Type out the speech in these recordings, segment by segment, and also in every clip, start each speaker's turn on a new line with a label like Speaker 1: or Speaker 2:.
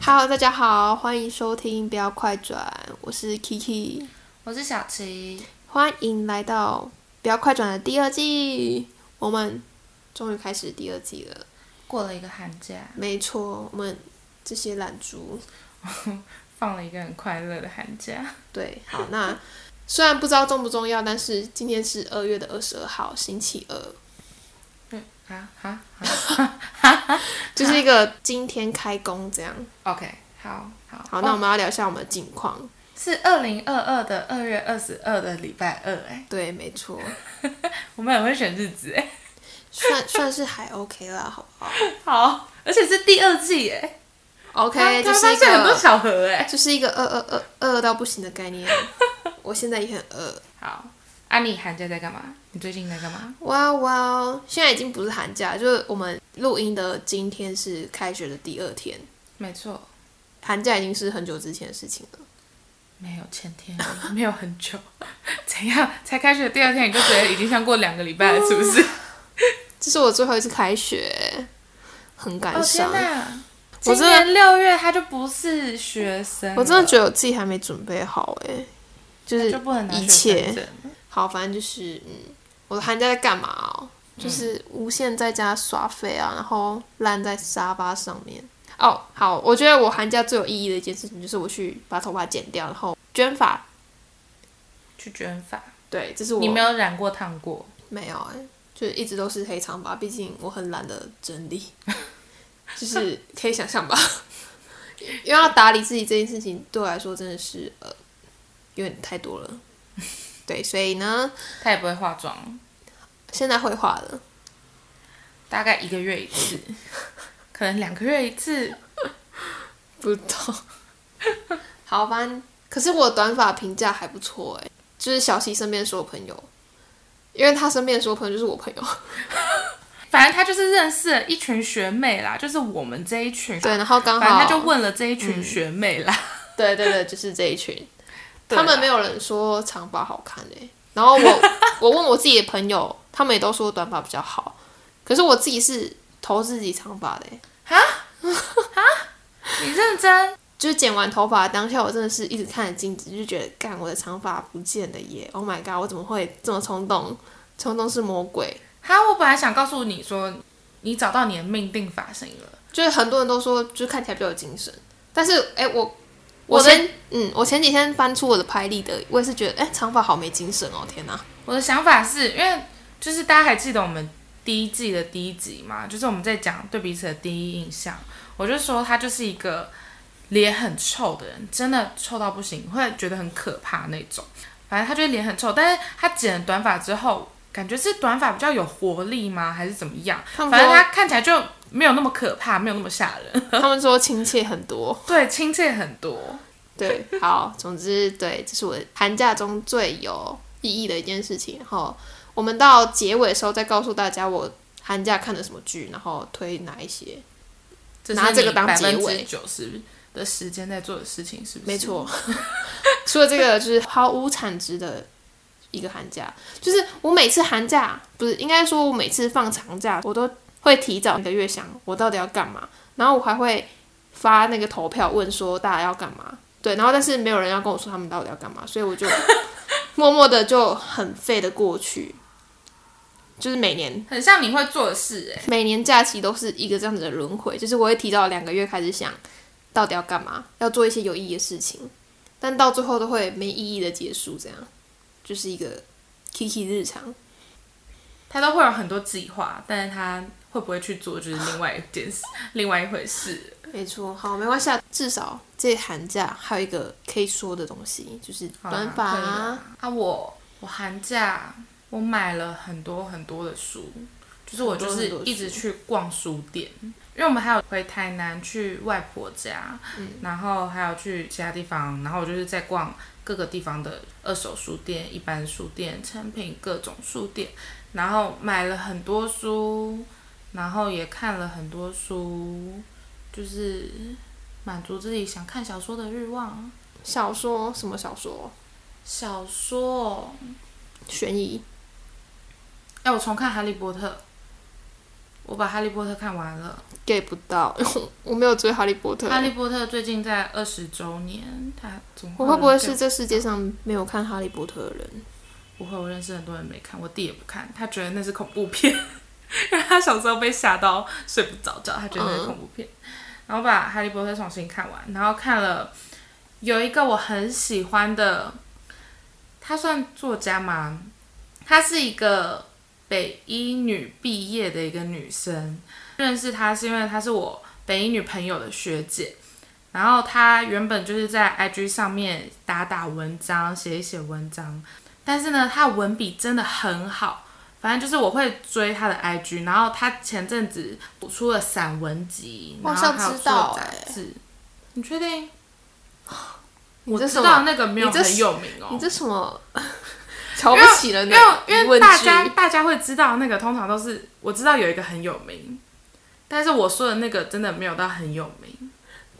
Speaker 1: Hello，大家好，欢迎收听《不要快转》，我是 Kiki，
Speaker 2: 我是小琪，
Speaker 1: 欢迎来到《不要快转》的第二季，我们终于开始第二季了。
Speaker 2: 过了一个寒假，
Speaker 1: 没错，我们这些懒猪，
Speaker 2: 放了一个很快乐的寒假。
Speaker 1: 对，好，那 虽然不知道重不重要，但是今天是二月的二十二号，星期二，
Speaker 2: 嗯啊啊
Speaker 1: 就是一个今天开工这样。
Speaker 2: ，OK，好好
Speaker 1: 好，那我
Speaker 2: 哦
Speaker 1: 们要聊一下我们的近况。
Speaker 2: 是二零二二的二月二十二的礼拜二，哎，
Speaker 1: 对，没错，
Speaker 2: 我们很会选日子，哎，
Speaker 1: 算 算是还 OK 啦，好不好
Speaker 2: 好，而且是第二季，哎
Speaker 1: ？OK，
Speaker 2: 他
Speaker 1: 就
Speaker 2: 他
Speaker 1: 是
Speaker 2: 发
Speaker 1: 一个
Speaker 2: 现很多巧合，哎，
Speaker 1: 就是一个呃饿饿饿饿到不行的概念。 我现在也很呃饿，
Speaker 2: 好，啊，你寒假在干嘛？你最近在干嘛？
Speaker 1: 哇哇！现在已经不是寒假，就是我们录音的今天是开学的第二天，
Speaker 2: 没错，
Speaker 1: 寒假已经是很久之前的事情了。
Speaker 2: 没有前天，没有很久， 怎样？才开学第二天你就觉得已经像过两个礼拜了，是不是？
Speaker 1: 这是我最后一次开学，很感
Speaker 2: 哦
Speaker 1: 伤
Speaker 2: 天。哪！
Speaker 1: 我
Speaker 2: 今
Speaker 1: 真的
Speaker 2: 年六月他就不是学生了，
Speaker 1: 我真的觉得我自己还没准备好哎、就
Speaker 2: 他
Speaker 1: 是
Speaker 2: 就不能拿
Speaker 1: 一
Speaker 2: 学
Speaker 1: 切
Speaker 2: 生证
Speaker 1: 好，反正就是嗯，我的寒假在干嘛哦？就是无限在家耍废啊，然后烂在沙发上面。哦，好，我觉得我寒假最有意义的一件事情就是我去把头发剪掉，然后卷发。
Speaker 2: 去卷发。
Speaker 1: 对，这是我
Speaker 2: 你没有染过烫过，
Speaker 1: 没有哎、就是一直都是黑长发，毕竟我很懒得整 理，就是可以想象吧。 因为要打理自己这件事情，对我来说真的是呃有点太多了。 对，所以呢，
Speaker 2: 他也不会化妆，
Speaker 1: 现在会画了。
Speaker 2: 大概一个月一次，可能两个月一次。
Speaker 1: 不懂。好吧，可是我的短发评价还不错哎，就是小西身边所有朋友，因为他身边的所有朋友就是我 朋友，
Speaker 2: 反正他就是认识了一群学妹啦，就是我们这一群。
Speaker 1: 对，然后刚好嗯
Speaker 2: 反正他就问了这一群学妹啦，
Speaker 1: 对对对，就是这一群，
Speaker 2: 对
Speaker 1: 他
Speaker 2: 啦
Speaker 1: 们没有人说长发好看哎，然后我 我问我自己的朋友，他们也都说短发比较好，可是我自己是投自己长发的哎，
Speaker 2: 啊你认真？
Speaker 1: 就是剪完头发当下，我真的是一直看着镜子，就觉得干我的长发不见了耶！Oh my god，我怎么会这么冲动？冲动是魔鬼。
Speaker 2: 哈，我本来想告诉你说，你找到你的命定发型了。
Speaker 1: 就是很多人都说，就是看起来比较有精神。但是，哎、我
Speaker 2: 我
Speaker 1: 我
Speaker 2: 的
Speaker 1: 前嗯，我前几天翻出我的拍立得，我也是觉得，哎、长发好没精神哦，天哪、
Speaker 2: 我的想法是因为就是大家还记得我们第一季的第一集嘛，就是我们在讲对彼此的第一印象，我就说他就是一个脸很臭的人，真的臭到不行，会觉得很可怕那种。反正他就是脸很臭，但是他剪了短发之后，感觉是短发比较有活力吗，还是怎么样？
Speaker 1: 他
Speaker 2: 反
Speaker 1: 们
Speaker 2: 正
Speaker 1: 说
Speaker 2: 他看起来就没有那么可怕，没有那么吓人，
Speaker 1: 他们说亲切很多。
Speaker 2: 对，亲切很多。
Speaker 1: 对，好，总之对，这是我寒假中最有意义的一件事情。然后我们到结尾的时候再告诉大家我寒假看了什么剧，然后推哪一些。拿这个当结尾
Speaker 2: 九十的时间在做的事情是不是？
Speaker 1: 没错， 除了这个就是毫无产值的一个寒假，就是我每次寒假不是应该说，我每次放长假，我都会提早一个月想我到底要干嘛，然后我还会发那个投票问说大家要干嘛，对，然后但是没有人要跟我说他们到底要干嘛，所以我就 默默的就很废的过去，就是每年
Speaker 2: 很像你会做的事哎、
Speaker 1: 每年假期都是一个这样子的轮回，就是我会提早两个月开始想，到底要干嘛，要做一些有意义的事情，但到最后都会没意义的结束，这样就是一个 Kiki 日常。
Speaker 2: 他都会有很多计划，但是他会不会去做就是另外一件事，另外一回事。
Speaker 1: 没错，好，没关系，啊，至少这寒假还有一个可以说的东西，就是
Speaker 2: 好啦
Speaker 1: 短发、
Speaker 2: 可以啦啊，我我寒假我买了很多很多的书，就是我就
Speaker 1: 很
Speaker 2: 是
Speaker 1: 多很多
Speaker 2: 一直去逛书店，因为我们还有回台南去外婆家，
Speaker 1: 嗯
Speaker 2: 然后还有去其他地方，然后我就是在逛各个地方的二手书店、一般书店、成品各种书店，然后买了很多书，然后也看了很多书，就是满足自己想看小说的欲望。
Speaker 1: 小说，什么小说？
Speaker 2: 小说哦、
Speaker 1: 悬疑。
Speaker 2: 哎、我重看《哈利波特》，我把《哈利波特》看完了，
Speaker 1: get 不到， 我没有追哈利波特
Speaker 2: 《哈。利波特》最近在二十周年，它总
Speaker 1: 我会不会是这世界上没有看哈利波特的人？
Speaker 2: 不会，我认识很多人没看，我弟也不看，他觉得那是恐怖片， 因为他小时候被吓到睡不着觉，他觉得那是恐怖片。然后把《哈利波特》重新看完，然后看了有一个我很喜欢的，他算作家吗？她是一个北医女毕业的一个女生，认识她是因为她是我北医女朋友的学姐。然后她原本就是在 IG 上面打打文章，写一写文章，但是呢，他文笔真的很好。反正就是我会追他的 IG，然后他前阵子出了散文集，
Speaker 1: 我
Speaker 2: 然
Speaker 1: 好
Speaker 2: 后
Speaker 1: 像
Speaker 2: 还有
Speaker 1: 知
Speaker 2: 出了
Speaker 1: 道
Speaker 2: 杂
Speaker 1: 欸
Speaker 2: 志。你确定？
Speaker 1: 我
Speaker 2: 知道那个没有
Speaker 1: 你这
Speaker 2: 很
Speaker 1: 是
Speaker 2: 有名哦。
Speaker 1: 你这什么 瞧不起人
Speaker 2: 因
Speaker 1: 的
Speaker 2: 为因
Speaker 1: 疑
Speaker 2: 为
Speaker 1: 问
Speaker 2: 大
Speaker 1: 句
Speaker 2: 家大家会知道那个，通常都是我知道有一个很有名，但是我说的那个真的没有到很有名。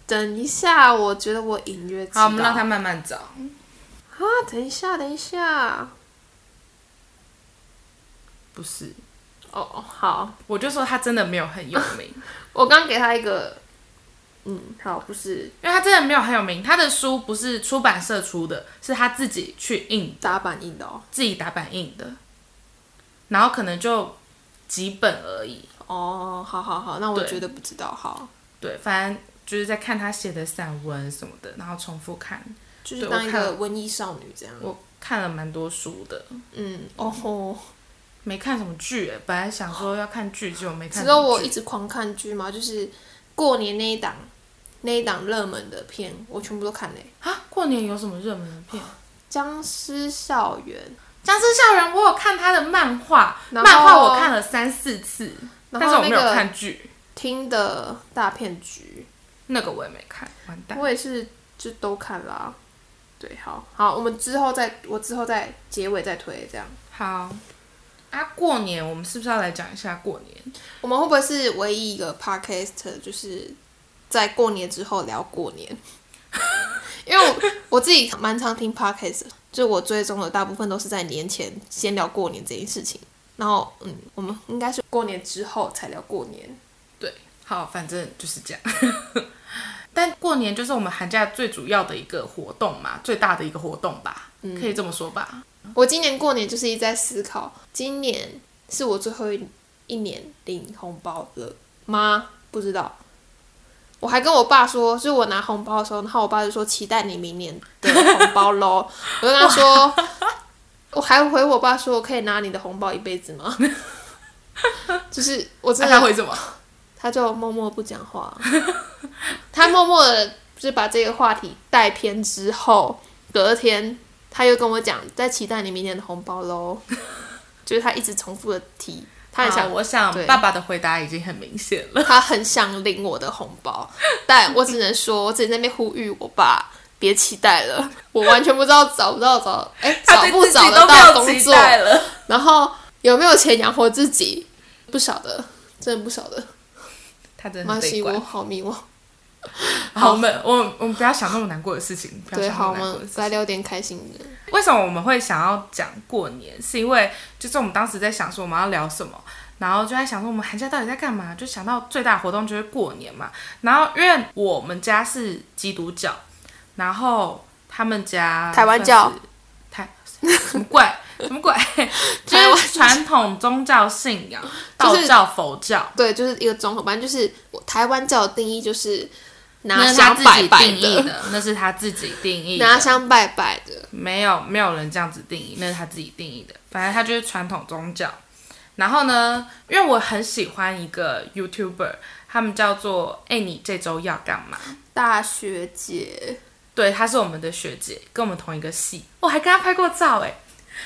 Speaker 1: 等一下，我觉得我隐约知道。
Speaker 2: 好，我们让他慢慢找。
Speaker 1: 啊，等一下，等一下。
Speaker 2: 不是，
Speaker 1: 哦，好，
Speaker 2: 我就说他真的没有很有名，
Speaker 1: 我刚给他一个，嗯，好，不是
Speaker 2: 因为他真的没有很有名。他的书不是出版社出的，是他自己去印
Speaker 1: 打板印的哦。
Speaker 2: 自己打版印的，然后可能就几本而已。
Speaker 1: 哦，好好好，那我
Speaker 2: 对
Speaker 1: 觉得不知道，好，
Speaker 2: 对，反正就是在看他写的散文什么的，然后重复看。
Speaker 1: 就是
Speaker 2: 对
Speaker 1: 当
Speaker 2: 我
Speaker 1: 一
Speaker 2: 看
Speaker 1: 个文艺少女这样。
Speaker 2: 我看了蛮多书的，
Speaker 1: 嗯，哦吼，
Speaker 2: 没看什么剧、欸，本来想说要看剧，结果没
Speaker 1: 只
Speaker 2: 看什么剧。
Speaker 1: 有我一直狂看剧嘛，就是过年那一档那一档热门的片，我全部都看嘞、
Speaker 2: 啊，过年有什么热门的
Speaker 1: 哦
Speaker 2: 片？
Speaker 1: 僵尸校园》，
Speaker 2: 僵尸校园，我有看他的漫画，
Speaker 1: 然
Speaker 2: 漫
Speaker 1: 后
Speaker 2: 画我看了三四次，
Speaker 1: 然
Speaker 2: 但是
Speaker 1: 后
Speaker 2: 我
Speaker 1: 那
Speaker 2: 没有
Speaker 1: 个
Speaker 2: 看剧，
Speaker 1: 听的大骗局，
Speaker 2: 那个我也没看，完蛋。
Speaker 1: 我也是就都看啦、对，好好，我们之后再，我之后再结尾再推这样。
Speaker 2: 好，啊，过年我们是不是要来讲一下过年？
Speaker 1: 我们会不会是唯一一个 podcast 就是在过年之后聊过年？ 因为我我自己蛮常听 podcast，的就我追踪的大部分都是在年前先聊过年这件事情，然后嗯，我们应该是过年之后才聊过年。
Speaker 2: 对，好，反正就是这样。 但过年就是我们寒假最主要的一个活动嘛，最大的一个活动吧，
Speaker 1: 嗯
Speaker 2: 可以这么说吧。
Speaker 1: 我今年过年就是一直在思考，今年是我最后一一年领红包了吗？不知道。我还跟我爸说，就是我拿红包的时候，然后我爸就说期待你明年的红包喽。我就跟他说，我还回我爸说，我可以拿你的红包一辈子吗？ 就是我
Speaker 2: 那、
Speaker 1: 真
Speaker 2: 他
Speaker 1: 的，
Speaker 2: 啊会什么？
Speaker 1: 他就默默不讲话， 他默默的就是把这个话题带偏之后，隔天他又跟我讲，在期待你明年的红包喽。 就是他一直重复的提，他很
Speaker 2: 好
Speaker 1: 想
Speaker 2: 我想
Speaker 1: 对
Speaker 2: 爸爸的回答已经很明显了。
Speaker 1: 他很想领我的红包，但我只能说，我只能在那边呼吁我爸别期待了，我完全不知道找不到找，哎、
Speaker 2: 他
Speaker 1: 找
Speaker 2: 对
Speaker 1: 不
Speaker 2: 自己
Speaker 1: 找
Speaker 2: 都
Speaker 1: 得
Speaker 2: 没
Speaker 1: 到
Speaker 2: 有
Speaker 1: 工
Speaker 2: 期
Speaker 1: 作，
Speaker 2: 待 了。
Speaker 1: 然后有没有钱养活自己，不晓得，真的不晓得。
Speaker 2: 他真的
Speaker 1: 妈
Speaker 2: 很悲
Speaker 1: 西，我
Speaker 2: 观。
Speaker 1: 好迷惘。
Speaker 2: 好，我们我我们不要想那么难过的事情，不要
Speaker 1: 对，
Speaker 2: 想
Speaker 1: 好，我
Speaker 2: 那么难过
Speaker 1: 们
Speaker 2: 的事
Speaker 1: 来
Speaker 2: 情。
Speaker 1: 聊点开心的。
Speaker 2: 为什么我们会想要讲过年？是因为就是我们当时在想说我们要聊什么，然后就在想说我们寒假到底在干嘛，就想到最大活动就是过年嘛。然后因为我们家是基督教，然后他们家
Speaker 1: 台湾教
Speaker 2: 算是台 什么鬼什么鬼，就
Speaker 1: 台湾
Speaker 2: 是传统宗教信仰，道
Speaker 1: 就是
Speaker 2: 教、佛教。
Speaker 1: 对，就是一个综合班，就是我台湾教的定义就是拿
Speaker 2: 那是他
Speaker 1: 香
Speaker 2: 自
Speaker 1: 拜
Speaker 2: 己
Speaker 1: 拜
Speaker 2: 定义，的，那是他自己定义的。
Speaker 1: 拿香拜拜的。
Speaker 2: 没有没有人这样子定义，那是他自己定义的。反正他就是传统宗教。然后呢，因为我很喜欢一个 YouTuber，他们叫做“哎、你这周要干嘛
Speaker 1: 大学姐，”，
Speaker 2: 对，她是我们的学姐，跟我们同一个系，我还跟她拍过照哎。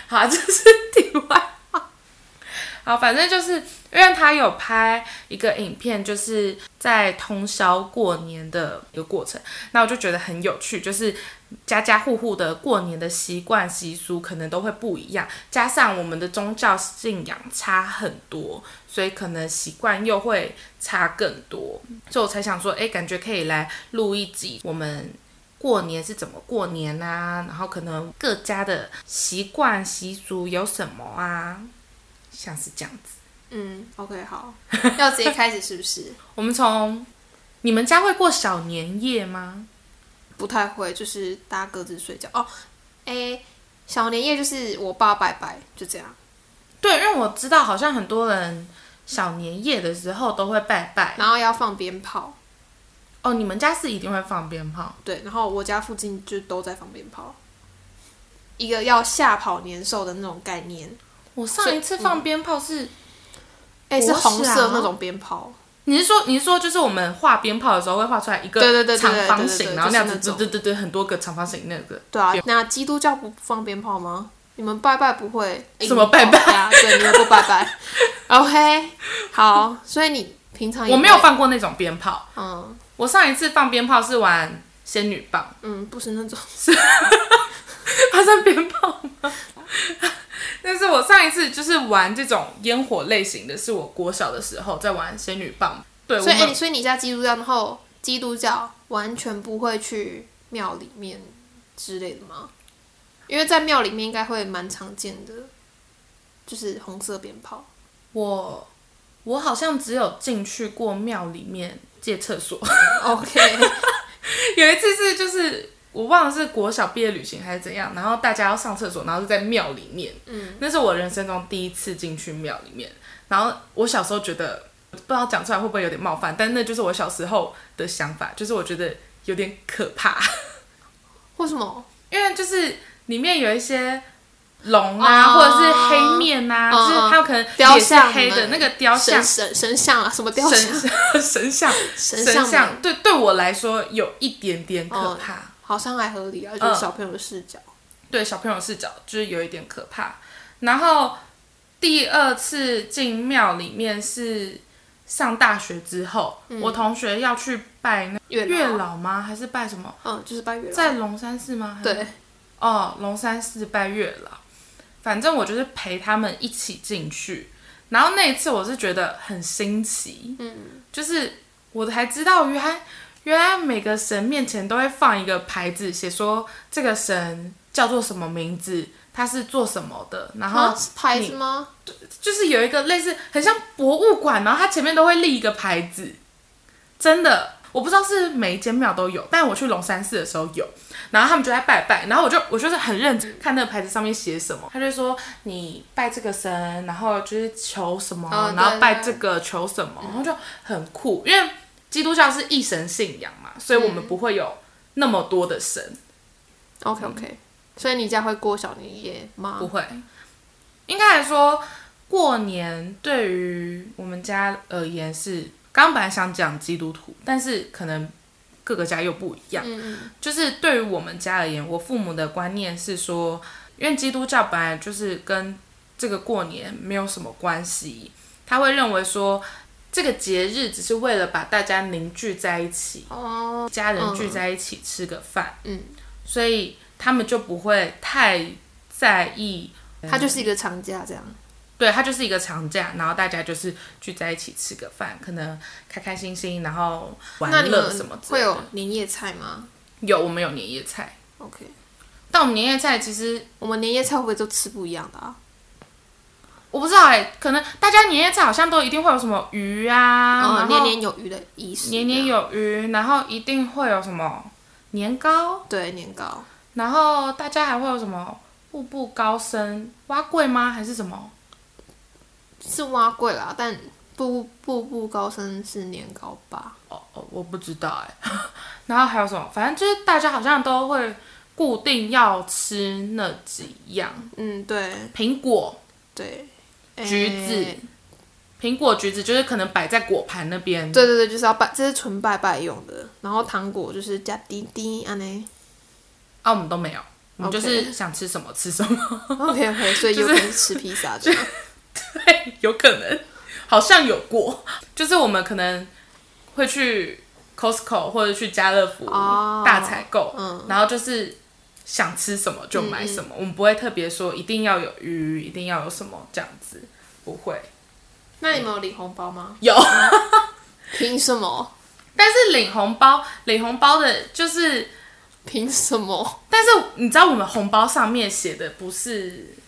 Speaker 2: 好，这是题外话。好，反正就是因为她有拍一个影片，就是在通宵过年的一个过程，那我就觉得很有趣，就是家家户户的过年的习惯习俗可能都会不一样，加上我们的宗教信仰差很多，所以可能习惯又会差更多，所以我才想说，哎，感觉可以来录一集我们。过年是怎么过年啊？然后可能各家的习惯习俗有什么啊？像是这样子，
Speaker 1: 嗯，OK，好， 要直接开始是不是？
Speaker 2: 我们从你们家会过小年夜吗？
Speaker 1: 不太会，就是大家各自睡觉哦。诶、小年夜就是我爸拜拜，就这样。
Speaker 2: 对，因为我知道好像很多人小年夜的时候都会拜拜。
Speaker 1: 然后要放鞭炮，
Speaker 2: 哦，你们家是一定会放鞭炮？
Speaker 1: 对，然后我家附近就都在放鞭炮，一个要吓跑年兽的那种概念。
Speaker 2: 我上一次放鞭炮是，
Speaker 1: 哎、是
Speaker 2: 国
Speaker 1: 红
Speaker 2: 小
Speaker 1: 色那种鞭炮，
Speaker 2: 你是说你是说就是我们画鞭炮的时候会画出来一个
Speaker 1: 对对对对
Speaker 2: 长
Speaker 1: 对
Speaker 2: 方
Speaker 1: 对对对
Speaker 2: 形，然后那样子，
Speaker 1: 就是
Speaker 2: 对
Speaker 1: 那种
Speaker 2: 对对对，很多个长方形那个。
Speaker 1: 对啊。那基督教不放鞭炮吗？你们拜拜不会？
Speaker 2: 什么拜拜
Speaker 1: 对啊，对，你们不拜拜。OK，好，所以你平常也
Speaker 2: 我没有
Speaker 1: 不会，
Speaker 2: 放过那种鞭炮，
Speaker 1: 嗯
Speaker 2: 我上一次放鞭炮是玩仙女棒，
Speaker 1: 嗯，不是那种，
Speaker 2: 它算鞭炮吗？ 但是我上一次就是玩这种烟火类型的，是我国小的时候在玩仙女棒。对，我
Speaker 1: 所以、哎
Speaker 2: 们
Speaker 1: 你所以你家基督教，然后基督教完全不会去庙里面之类的吗？因为在庙里面应该会蛮常见的，就是红色鞭 炮。
Speaker 2: 我我好像只有进去过庙里面借厕所，
Speaker 1: OK，
Speaker 2: 有一次是就是我忘了是国小毕业旅行还是怎样，然后大家要上厕所，然后是在庙里面，嗯，那是我人生中第一次进去庙里面，然后我小时候觉得不知道讲出来会不会有点冒犯，但那就是我小时候的想法，就是我觉得有点可怕，
Speaker 1: 为什么？
Speaker 2: 因为就是里面有一些。龙啊，
Speaker 1: 哦
Speaker 2: 或者是黑面啊，
Speaker 1: 嗯嗯
Speaker 2: 就是它可能
Speaker 1: 雕
Speaker 2: 也是
Speaker 1: 像
Speaker 2: 黑的
Speaker 1: 们
Speaker 2: 那个雕像
Speaker 1: 神，神神像啊，什么雕像？
Speaker 2: 神神像，
Speaker 1: 神
Speaker 2: 神
Speaker 1: 像
Speaker 2: 像
Speaker 1: 们
Speaker 2: 对对我来说有一点点可怕。
Speaker 1: 好像还合理啊，就是小朋友的视角。
Speaker 2: 对小朋友视角就是有一点可怕。然后第二次进庙里面是上大学之后，我同学要去拜那
Speaker 1: 嗯月
Speaker 2: 月
Speaker 1: 老，啊
Speaker 2: 老吗？还是拜什么？
Speaker 1: 嗯，就是拜月老。
Speaker 2: 在龙山寺吗？还是
Speaker 1: 对，
Speaker 2: 哦，龙山寺拜月老，反正我就是陪他们一起进去。然后那一次我是觉得很新奇，嗯，就是我还知道原来原来每个神面前都会放一个牌子，写说这个神叫做什么名字，他是做什么的，然后
Speaker 1: 啊是牌子吗？
Speaker 2: 就是有一个类似很像博物馆，然后它前面都会立一个牌子，真的，我不知道是每一间庙都有，但我去龙山寺的时候有，然后他们就在拜拜，然后我就我就是很认真看那个牌子上面写什么，他就说你拜这个神，然后就是求什么，
Speaker 1: 哦对
Speaker 2: 然后拜
Speaker 1: 对
Speaker 2: 这个求什么，然后就很酷，因为基督教是一神信仰嘛，所以我
Speaker 1: 嗯
Speaker 2: 们不会有那么多的神，
Speaker 1: OK OK，所以你家会过小年夜吗
Speaker 2: 不？会，应该来说，过年对于我们家而言是，刚刚本来想讲基督徒，但是可能各个家又不一
Speaker 1: 嗯
Speaker 2: 样。就是对于我们家而言，我父母的观念是说，因为基督教本来就是跟这个过年没有什么关系，他会认为说。这个节日只是为了把大家凝聚在一起，
Speaker 1: 哦，
Speaker 2: 家人聚在一起吃个饭，
Speaker 1: 嗯，
Speaker 2: 所以他们就不会太在意
Speaker 1: 它就是一个长假这样。
Speaker 2: 对，它就是一个长假，然后大家就是聚在一起吃个饭，可能开开心心，然后玩
Speaker 1: 那你
Speaker 2: 乐什么
Speaker 1: 们
Speaker 2: 之
Speaker 1: 会
Speaker 2: 类的。
Speaker 1: 有年夜菜吗
Speaker 2: 有，我们有年夜菜，
Speaker 1: ？OK，
Speaker 2: 但我们年夜菜其实
Speaker 1: 我们年夜菜会不会都吃不一样的啊？
Speaker 2: 我不知道哎、可能大家年夜菜好像都一定会有什么鱼啊，
Speaker 1: 哦
Speaker 2: 然
Speaker 1: 年
Speaker 2: 后
Speaker 1: 年有余的仪式，
Speaker 2: 年年有鱼，然后一定会有什么年糕，
Speaker 1: 对年糕，
Speaker 2: 然后大家还会有什么步步高升、蛙桂吗？还是什么？
Speaker 1: 是蛙贵啦，但步步步高升是年糕吧？
Speaker 2: 哦哦，我不知道哎、 然后还有什么？反正就是大家好像都会固定要吃那几样，
Speaker 1: 嗯，对
Speaker 2: 苹果、
Speaker 1: 嗯对，哎
Speaker 2: 橘子、
Speaker 1: 诶
Speaker 2: 苹果、橘子，就是可能摆在果盘那边。
Speaker 1: 对对对，就是要拜，这是纯拜拜用的。然后糖果就是加滴滴安呢。
Speaker 2: 啊，我们都没有，我们
Speaker 1: OK
Speaker 2: 就是想吃什么吃什么，
Speaker 1: OK OK，所以有可能是吃披萨这样。
Speaker 2: 有可能好像有过， 就是我们可能会去 Costco 或者去家乐福、
Speaker 1: 哦
Speaker 2: 大采购，
Speaker 1: 嗯
Speaker 2: 然后就是。想吃什么就买什么，我们不会特别说一定要有鱼，一定要有什么这样子，不会。
Speaker 1: 那你们有领红包吗？
Speaker 2: 有，
Speaker 1: 凭什么？
Speaker 2: 但是领红包，领红包的就是，
Speaker 1: 凭什么？
Speaker 2: 但是你知道我们红包上面写的不是呃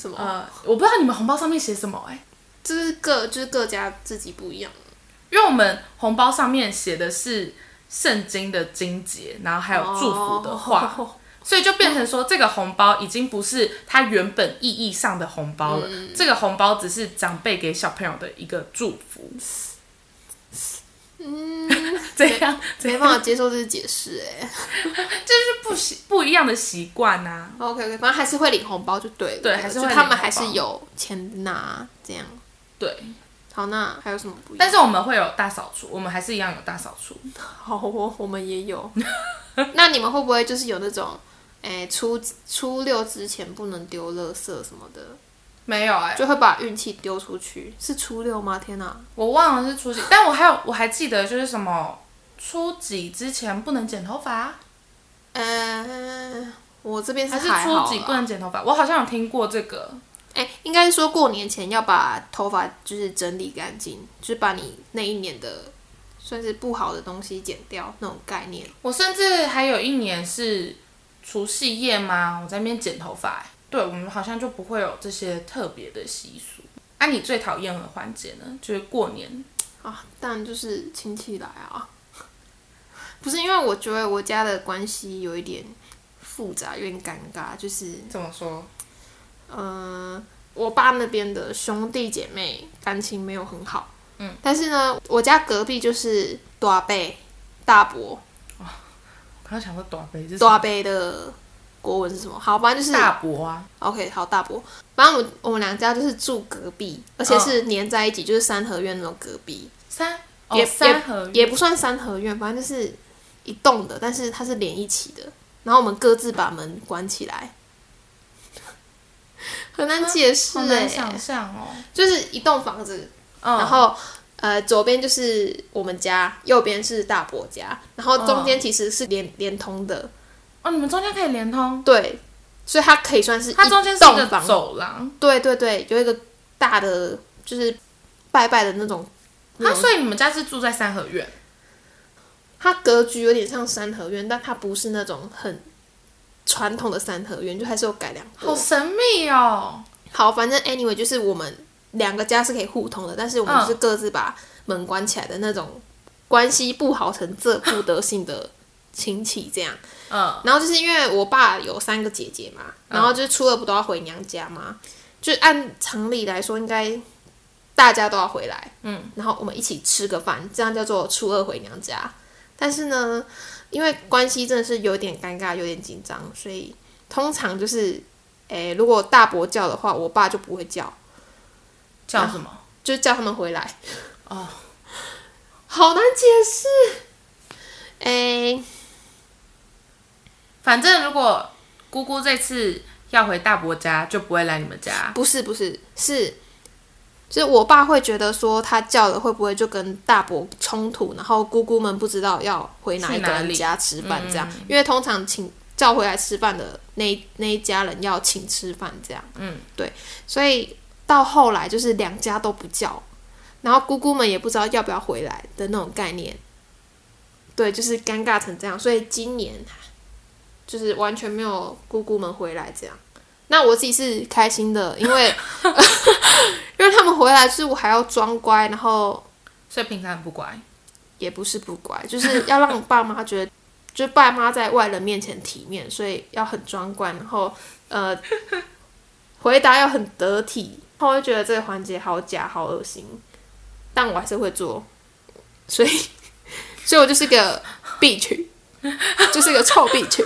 Speaker 1: 什么？
Speaker 2: 呃，我不知道你们红包上面写什么哎、
Speaker 1: 这是各就是各家自己不一样的。
Speaker 2: 因为我们红包上面写的是圣经的经节，然后还有祝福的话，
Speaker 1: 哦
Speaker 2: 所以就变成说这个红包已经不是它原本意义上的红包了，
Speaker 1: 嗯
Speaker 2: 这个红包只是长辈给小朋友的一个祝 福。嗯，怎样？怎
Speaker 1: 没
Speaker 2: 样？
Speaker 1: 办法接受这些解释哎、
Speaker 2: 不习 不一样的习惯啊。
Speaker 1: OK OK，反正还是会领红包就对了。
Speaker 2: 对还是会
Speaker 1: 就
Speaker 2: 领
Speaker 1: 他们还
Speaker 2: 红
Speaker 1: 是
Speaker 2: 包
Speaker 1: 有钱拿这样。
Speaker 2: 对，
Speaker 1: 嗯好，那还有什么不一样？
Speaker 2: 但是我们会有大扫除，我们还是一样有大扫除。
Speaker 1: 好哦，我们也 有。那你们会不会就是有那种，哎、初初六之前不能丢垃圾什么的，
Speaker 2: 没有哎、
Speaker 1: 就会把运气丢出去？是初六吗？天哪、
Speaker 2: 我忘了是初几，但我还有我还记得就是什么初几之前不能剪头发，啊
Speaker 1: 呃，我这边
Speaker 2: 还是
Speaker 1: 还好
Speaker 2: 初
Speaker 1: 啦
Speaker 2: 几不能剪头发？我好像有听过这个，
Speaker 1: 哎、应该是说过年前要把头发就是整理干净，就是把你那一年的算是不好的东西剪掉那种概念。
Speaker 2: 我甚至还有一年是除夕夜吗？我在那边剪头发、欸，对我们好像就不会有这些特别的习俗。啊，你最讨厌的环节呢？就是过年，
Speaker 1: 啊，但就是亲戚来啊， 不是因为我觉得我家的关系有一点复杂，有点尴尬，就是
Speaker 2: 怎么说？
Speaker 1: 呃，我爸那边的兄弟姐妹感情没有很好，嗯，但是呢，我家隔壁就是大伯、大伯、
Speaker 2: 我刚刚想说短杯，就是
Speaker 1: 大伯的国文是什么？好，反正就是
Speaker 2: 大伯啊，
Speaker 1: OK，好，大伯，反正我我们两家就是住隔壁，而且是黏在一起，就是三合院那种隔壁，
Speaker 2: 三哦
Speaker 1: 也
Speaker 2: 三合
Speaker 1: 也不算三合院，反正就是一栋的，但是它是连一起的。然后我们各自把门关起来， 很难解释
Speaker 2: 好
Speaker 1: 哎、
Speaker 2: 难想象哦。
Speaker 1: 就是一栋房子，
Speaker 2: 嗯，
Speaker 1: 然后呃左边就是我们家，右边是大伯家，然后中间其实是连连通的，
Speaker 2: 哦，你们中间可以连通，
Speaker 1: 对，所以它可以算是
Speaker 2: 它
Speaker 1: 一
Speaker 2: 中间是一
Speaker 1: 栋
Speaker 2: 个
Speaker 1: 房
Speaker 2: 走廊，啊
Speaker 1: 对对对，有一个大的就是拜拜的那种，
Speaker 2: 它所以你们家是住在三合院，
Speaker 1: 它格局有点像三合院，但它不是那种很传统的三合院，就还是有改良
Speaker 2: 好
Speaker 1: 过。
Speaker 2: 神秘哦。
Speaker 1: 好，反正 anyway 就是我们两个家是可以互通的，但是我们
Speaker 2: 嗯
Speaker 1: 就是各自把门关起来的那种关系不好成这不得性的亲戚这样。
Speaker 2: 嗯，
Speaker 1: 然后就是因为我爸有三个姐姐嘛，然后就是初二不都要回娘家嘛，就按常理来说应该大家都要回来，
Speaker 2: 嗯，
Speaker 1: 然后我们一起吃个饭，这样叫做初二回娘家。但是呢，因为关系真的是有点尴尬，有点紧张，所以通常就是，诶，如果大伯叫的话，我爸就不会叫，
Speaker 2: 叫什么？
Speaker 1: 就叫他们回来。
Speaker 2: 哦，
Speaker 1: 好难解释。诶，
Speaker 2: 反正如果姑姑这次要回大伯家，就不会来你们家。
Speaker 1: 不是不是是，就是我爸会觉得说他叫了会不会就跟大伯冲突，然后姑姑们不知道要回哪一个人家吃饭这样，因为通常请叫回来吃饭的那一那一家人要请吃饭这样，
Speaker 2: 嗯，
Speaker 1: 对，所以到后来就是两家都不叫，然后姑姑们也不知道要不要回来的那种概念，对，就是尴尬成这样，所以今年就是完全没有姑姑们回来这样。那我自己是开心的，因为因为他们回来，就是我还要装乖，然后
Speaker 2: 所以平常很不乖。
Speaker 1: 也不是不乖，就是要让爸妈觉得，就是爸妈在外人面前体面，所以要很装乖，然后呃，回答要很得体。然后我就觉得这个环节好假，好恶心，但我还是会做，所以所以我就是个 B 群，就是个臭 B 群。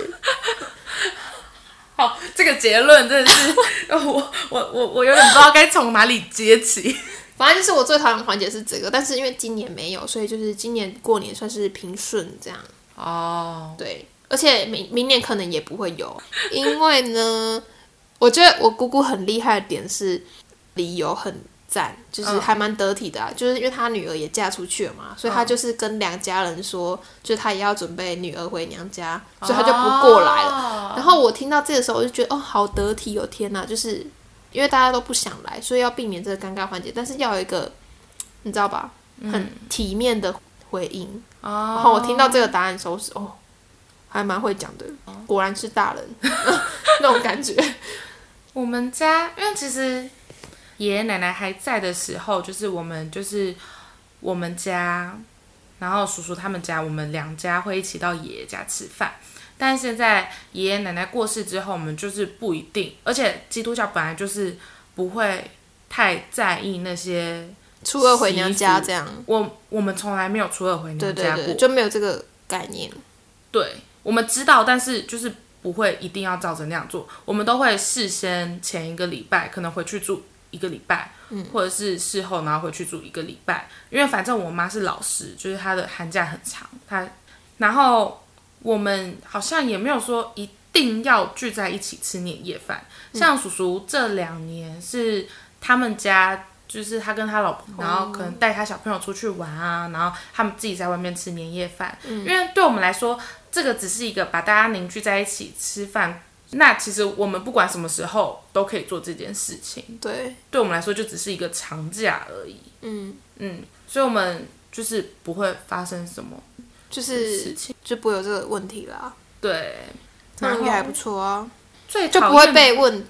Speaker 2: 好，这个结论真的是 我我我我有点不知道该从哪里接起。
Speaker 1: 反正就是我最讨厌的环节是这个，但是因为今年没有，所以就是今年过年算是平顺这样。
Speaker 2: 哦，
Speaker 1: 对，而且明明年可能也不会有，因为呢，我觉得我姑姑很厉害的点是理由很赞，就是
Speaker 2: 嗯
Speaker 1: 还蛮得体的、啊，就是因为她女儿也嫁出去了嘛，所以
Speaker 2: 嗯
Speaker 1: 她就是跟两家人说，就她也要准备女儿回娘家，所以她就
Speaker 2: 哦
Speaker 1: 不过来了。
Speaker 2: 了。
Speaker 1: 然后我听到这个时候，我就觉得哦，好得体哦，天哪！就是因为大家都不想来，所以要避免这个尴尬环节，但是要有一个你知道吧，很体面的回应。然
Speaker 2: 嗯哦，
Speaker 1: 后我听到这个答案的时候是哦，还蛮会讲的，果然 是大人那种感觉。
Speaker 2: 我们家因为其实爷爷奶奶还在的时候，就是我们就是我们家，然后叔叔他们家，我们两家会一起到爷爷家吃饭。但是现在爷爷奶奶过世之后，我们就是不一定，而且基督教本来就是不会太在意那些，
Speaker 1: 初二回娘家这样，
Speaker 2: 我我们从来没有初二回
Speaker 1: 对
Speaker 2: 娘
Speaker 1: 对
Speaker 2: 嗯家过，
Speaker 1: 对，就没有这个概念。
Speaker 2: 对，我们知道，但是就是不会一定要照着那样做，我们都会事先前一个礼拜可能回去住一个礼拜，或者是事后然后回去住一个礼拜，因为反正我妈是老师，就是她的寒假很长，她然后我们好像也没有说一定要聚在一起吃年夜饭，像叔叔这两年是他们家。就是他跟他老婆，然后可能带他小朋友出去玩啊，然后他们自己在外面吃年夜饭。因为对我们来说，这个只是一个把大家凝聚在一起吃饭。那其实我们不管什么时候都可以做这件事情，
Speaker 1: 对，
Speaker 2: 对我们来说就只是一个长假而已。
Speaker 1: 嗯，
Speaker 2: 嗯，所以我们就是不会发生什么
Speaker 1: 就是
Speaker 2: 事情。
Speaker 1: 就不会有这个问题啦。
Speaker 2: 对，
Speaker 1: 那
Speaker 2: 然
Speaker 1: 应
Speaker 2: 后
Speaker 1: 该还不错啊，
Speaker 2: 最
Speaker 1: 就
Speaker 2: 讨
Speaker 1: 不会
Speaker 2: 厌嗯
Speaker 1: 被问。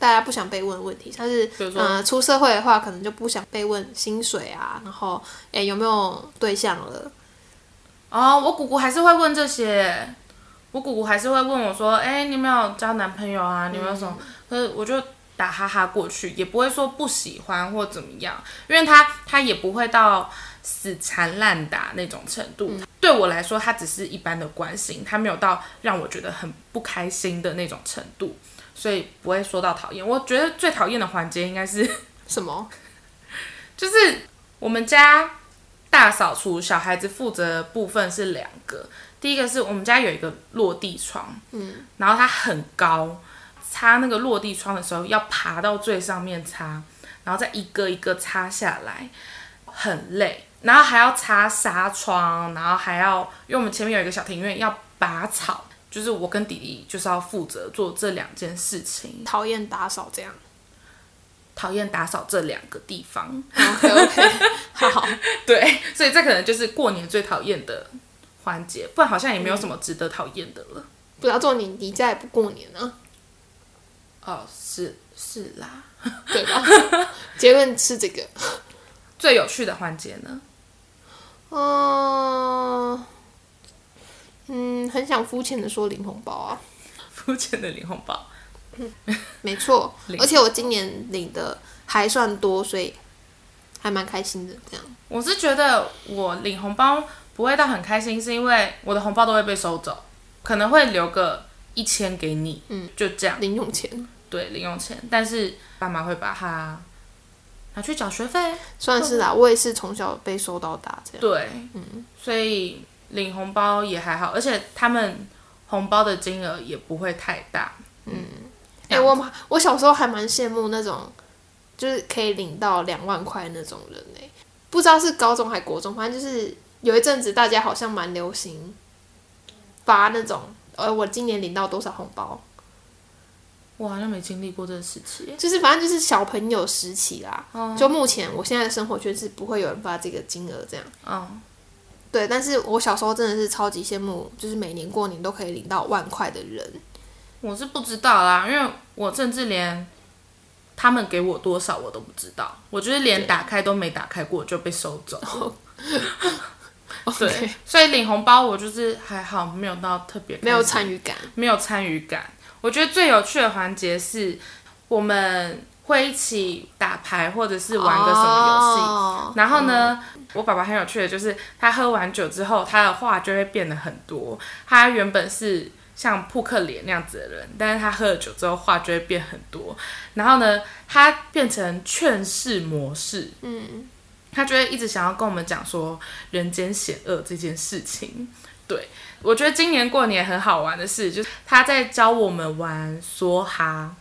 Speaker 1: 大家不想被问的问题，但是
Speaker 2: 比如说
Speaker 1: 嗯、呃出社会的话，可能就不想被问薪水啊，然后哎、有没有对象了，
Speaker 2: 哦，我姑姑还是会问这些，我姑姑还是会问我说，哎、你有没有交男朋友啊？你有没有什么？可是我就打哈哈过去，也不会说不喜欢或怎么样，因为他他也不会到死缠烂打那种程度。对我来说，他只是一般的关心，他没有到让我觉得很不开心的那种程度，所以不会说到讨厌。我觉得最讨厌的环节应该是。
Speaker 1: 什么？
Speaker 2: 就是我们家大扫除，小孩子负责的部分是两个。第一个是我们家有一个落地窗，嗯，然后它很高，擦那个落地窗的时候要爬到最上面擦，然后再一个一个擦下来，很累。然后还要擦纱窗，然后还要，因为我们前面有一个小庭院要拔草，就是我跟弟弟就是要负责做这两件事情。
Speaker 1: 讨厌打扫这 样。
Speaker 2: 讨厌打扫这两个地方，
Speaker 1: OK OK，好，
Speaker 2: 对，所以这可能就是过年最讨厌的环节，不然好像也没有什么值得讨厌的了。
Speaker 1: 不要做你，你家也不过年啊，
Speaker 2: 哦，是是啦，
Speaker 1: 对吧？ 结论是这个。
Speaker 2: 最有趣的环节呢？
Speaker 1: 嗯，嗯，很想肤浅的说领红包啊，
Speaker 2: 肤浅的领红包，
Speaker 1: 没错
Speaker 2: 领，
Speaker 1: 而且我今年领的还算多，所以还蛮开心的。这样
Speaker 2: 我是觉得我领红包不会到很开心，是因为我的红包都会被收走，可能会留个一千给你，嗯，就这样，
Speaker 1: 零用钱
Speaker 2: 对，零用钱，但是爸妈会把它拿去缴学费，
Speaker 1: 算是啦，我也是从小被收到大这样。
Speaker 2: 对，所以领红包也还好，而且他们红包的金额也不会太大。
Speaker 1: 哎、我妈我小时候还蛮羡慕那种，就是可以领到两万块那种人哎、不知道是高中还国中，反正就是有一阵子大家好像蛮流行发那种，呃，我今年领到多少红包，
Speaker 2: 我好像没经历过这个时期。
Speaker 1: 就是反正就是小朋友时期啦。
Speaker 2: 哦
Speaker 1: 就目前我现在的生活圈是不会有人发这个金额这样。
Speaker 2: 嗯，
Speaker 1: 对，但是我小时候真的是超级羡慕，就是每年过年都可以领到万块的人。
Speaker 2: 我是不知道啦，因为我甚至连他们给我多少我都不知道，我就是连打开都没打开过就被收走。
Speaker 1: 哦
Speaker 2: 对
Speaker 1: OK，
Speaker 2: 所以领红包我就是还好，没有到特别
Speaker 1: 没有
Speaker 2: 开心
Speaker 1: 参与感。
Speaker 2: 没有参与感。我觉得最有趣的环节是我们会一起打牌，或者是玩个什么游戏。
Speaker 1: 哦
Speaker 2: 然后呢，我爸爸很有趣的就是，他喝完酒之后，他的话就会变得很多。他原本是像扑克脸那样子的人，但是他喝了酒之后话就会变很多。然后呢，他变成劝世模式，嗯，他就会一直想要跟我们讲说人间险恶这件事情。对，我觉得今年过年很好玩的事，就是他在教我们玩梭哈，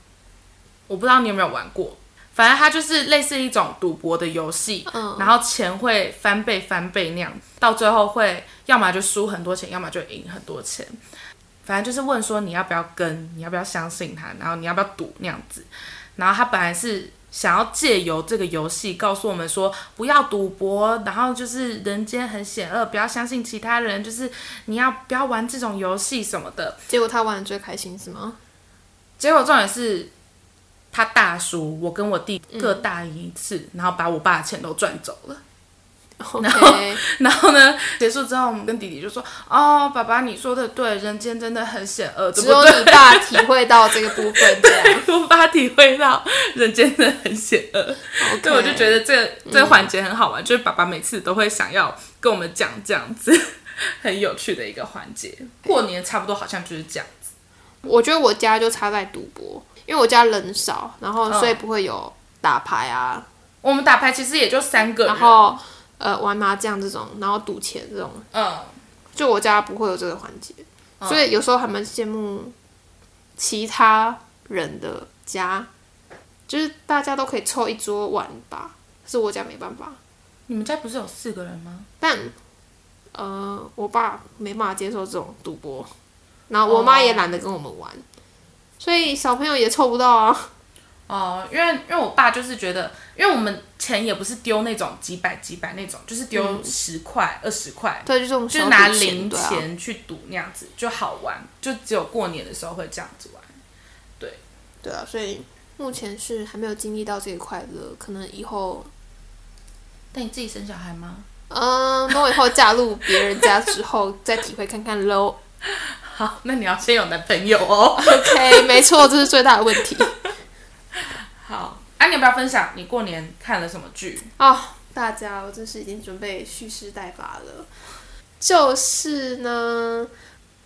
Speaker 2: 我不知道你有没有玩过。反正它就是类似一种赌博的游戏，
Speaker 1: 嗯
Speaker 2: 然后钱会翻倍翻倍那样，到最后会要么就输很多钱，要么就赢很多钱。反正就是问说你要不要跟，你要不要相信他，然后你要不要赌那样子。然后他本来是想要借由这个游戏告诉我们说不要赌博，然后就是人间很险恶，不要相信其他人，就是你要不要玩这种游戏什么的。
Speaker 1: 结果他玩的最开心是吗？
Speaker 2: 结果重点是，他大叔，我跟我弟各大一次，然后把我爸的钱都赚走了。
Speaker 1: OK，
Speaker 2: 然后呢，结束之后，我们跟弟弟就说：“哦，爸爸，你说的对，人间真的很险恶，
Speaker 1: 只
Speaker 2: 对不
Speaker 1: 有
Speaker 2: 对？”
Speaker 1: 你爸体会到这个部分，这样。
Speaker 2: 我 爸体会到人间真的很险恶，所以我就觉得这个这个环节很好玩，就是爸爸每次都会想要跟我们讲这样子， 很有趣的一个环节。过年差不多好像就是这样，
Speaker 1: 我觉得我家就差在赌博，因为我家人少，然后
Speaker 2: 嗯
Speaker 1: 所以不会有打牌啊，
Speaker 2: 我们打牌其实也就三个人，
Speaker 1: 然后呃玩麻将这种，然后赌钱这种，
Speaker 2: 嗯，
Speaker 1: 就我家不会有这个环节，所以有时候还蛮羡慕其他人的家，就是大家都可以凑一桌玩吧，可是我家没办法，
Speaker 2: 你们家不是有四个人吗？
Speaker 1: 但呃我爸没办法接受这种赌博，然后我妈也懒得跟我们玩，所以小朋友也凑不到啊，
Speaker 2: 哦，因为因为我爸就是觉得，因为我们钱也不是丢那种几百几百那种，就是丢十块、二十块，
Speaker 1: 对，就是我们
Speaker 2: 就
Speaker 1: 小
Speaker 2: 是拿
Speaker 1: 赌
Speaker 2: 零
Speaker 1: 对啊
Speaker 2: 嗯钱去赌那样子就好玩，就只有过年的时候会这样子玩。
Speaker 1: 对啊，所以目前是还没有经历到这个快乐，可能以后，
Speaker 2: 但你自己生小孩吗？
Speaker 1: 嗯，等我以后嫁入别人家之后再体会看看喽。
Speaker 2: 好，那你要先有男朋友哦。
Speaker 1: OK，没错，这是最大的问 题
Speaker 2: 好，啊，你要不要分享你过年看了什么剧？
Speaker 1: 啊、大家，我真是已经准备蓄势待发了。就是呢，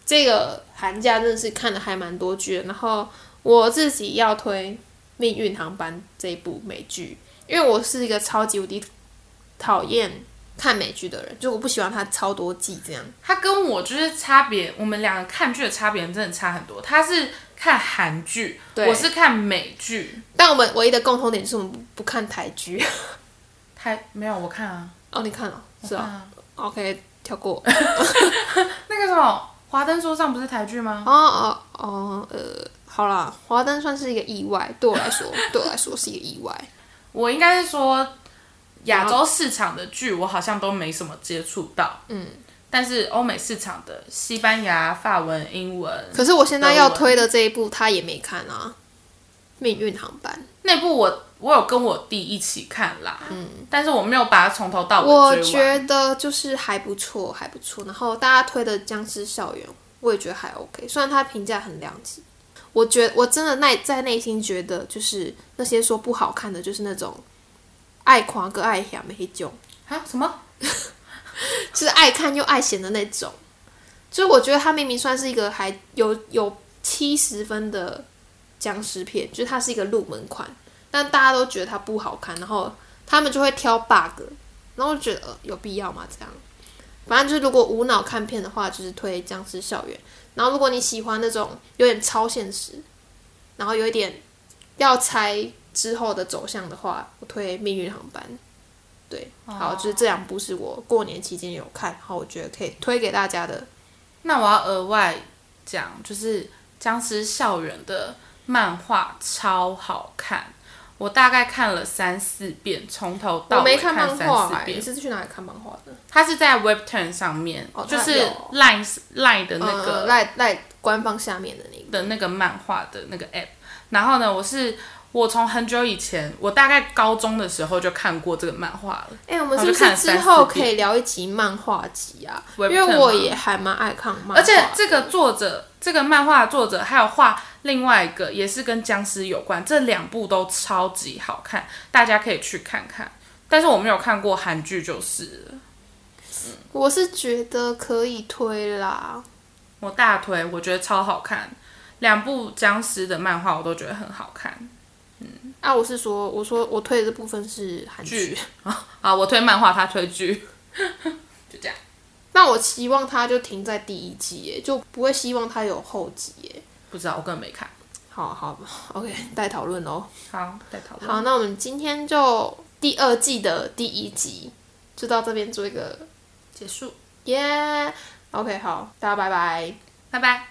Speaker 1: 这个寒假真的是看了还蛮多剧的，然后我自己要推《命运航班》这一部美剧，因为我是一个超级无敌讨厌看美剧的人，就我不喜欢它超多季这样。
Speaker 2: 他跟我就是差别，我们两个看剧的差别真的差很多。他是看韩剧，
Speaker 1: 对
Speaker 2: 我是看美剧。
Speaker 1: 但我们唯一的共同点就是我们不不看台剧。
Speaker 2: 台没有我看啊，
Speaker 1: 哦，你看了、是啊、
Speaker 2: 啊，
Speaker 1: o k 跳过。
Speaker 2: 那个什么《华灯初上》不是台剧吗？
Speaker 1: 哦哦哦，呃，好啦，华灯算是一个意外，对我来说，对我来说是一个意外。
Speaker 2: 我应该是说亚洲市场的剧，我好像都没什么接触到。嗯，但是欧美市场的西班牙、法文、英文
Speaker 1: 可是我现在要推的这一部，他也没看啊，《命运航班
Speaker 2: 那部我，我有跟我弟一起看啦。嗯，但是我没有把它从头到》，
Speaker 1: 我
Speaker 2: 尾追完。
Speaker 1: 觉得就是还不错，还不错。然后大家推的《僵尸校园》，我也觉得还 OK，虽然它评价很两极。我觉我真的内在内心觉得，就是那些说不好看的，就是那种爱狂跟爱嫌的那种。
Speaker 2: 啊？什么？
Speaker 1: 就是爱看又爱闲的那种。就是我觉得它明明算是一个还有有七十分的僵尸片，就是它是一个入门款，但大家都觉得它不好看，然后他们就会挑 bug，然后我就觉得、呃、有必要吗？这样，反正就是如果无脑看片的话，就是推《僵尸校园》，然后如果你喜欢那种有点超现实，然后有一点要猜之后的走向的话，我推《命运航班》。对，好，就是这两部是我过年期间有看，然后我觉得可以推给大家的。
Speaker 2: 那我要额外讲，就是《僵尸校园》的漫画超好看，我大概看了三四遍，从头
Speaker 1: 我
Speaker 2: 到
Speaker 1: 没
Speaker 2: 尾
Speaker 1: 看漫
Speaker 2: 三
Speaker 1: 画、
Speaker 2: 四
Speaker 1: 欸，你
Speaker 2: 遍。
Speaker 1: 是去哪里看漫画的？
Speaker 2: 它是在 Webtoon 上面，
Speaker 1: 哦
Speaker 2: 就
Speaker 1: 它
Speaker 2: 是
Speaker 1: 有
Speaker 2: Line Line 的那个
Speaker 1: 呃赖赖、官方下面的那个。
Speaker 2: 的那个漫画的那个 app。然后呢，我是我从很久以前，我大概高中的时候就看过这个漫画了。
Speaker 1: 哎、我们
Speaker 2: 我
Speaker 1: 是
Speaker 2: 哦就
Speaker 1: 不
Speaker 2: 看
Speaker 1: 是
Speaker 2: 了
Speaker 1: 之
Speaker 2: 三四
Speaker 1: 后
Speaker 2: 遍
Speaker 1: 可以聊一集漫画集啊？因
Speaker 2: Webtoon
Speaker 1: 为我也还蛮爱看漫画，
Speaker 2: 而且这个作者，这个漫画的作者还有画另外一个也是跟僵尸有关，这两部都超级好看，大家可以去看看。但是我没有看过韩剧，就是了
Speaker 1: 我是觉得可以推啦。
Speaker 2: 我大推，我觉得超好看。两部僵尸的漫画我都觉得很好看
Speaker 1: 啊，我是说，我说我推的这部分是韩剧，
Speaker 2: 啊！我推漫画，他推剧，就这样。
Speaker 1: 那我希望它就停在第一季耶，就不会希望它有后集耶。
Speaker 2: 不知道，我根本没看。
Speaker 1: 好好，OK，待讨论哦。
Speaker 2: 好，再讨论。
Speaker 1: 好，那我们今天就第二季的第一集就到这边做一个
Speaker 2: 结束，
Speaker 1: 耶。OK，好，大家拜拜。
Speaker 2: 拜拜。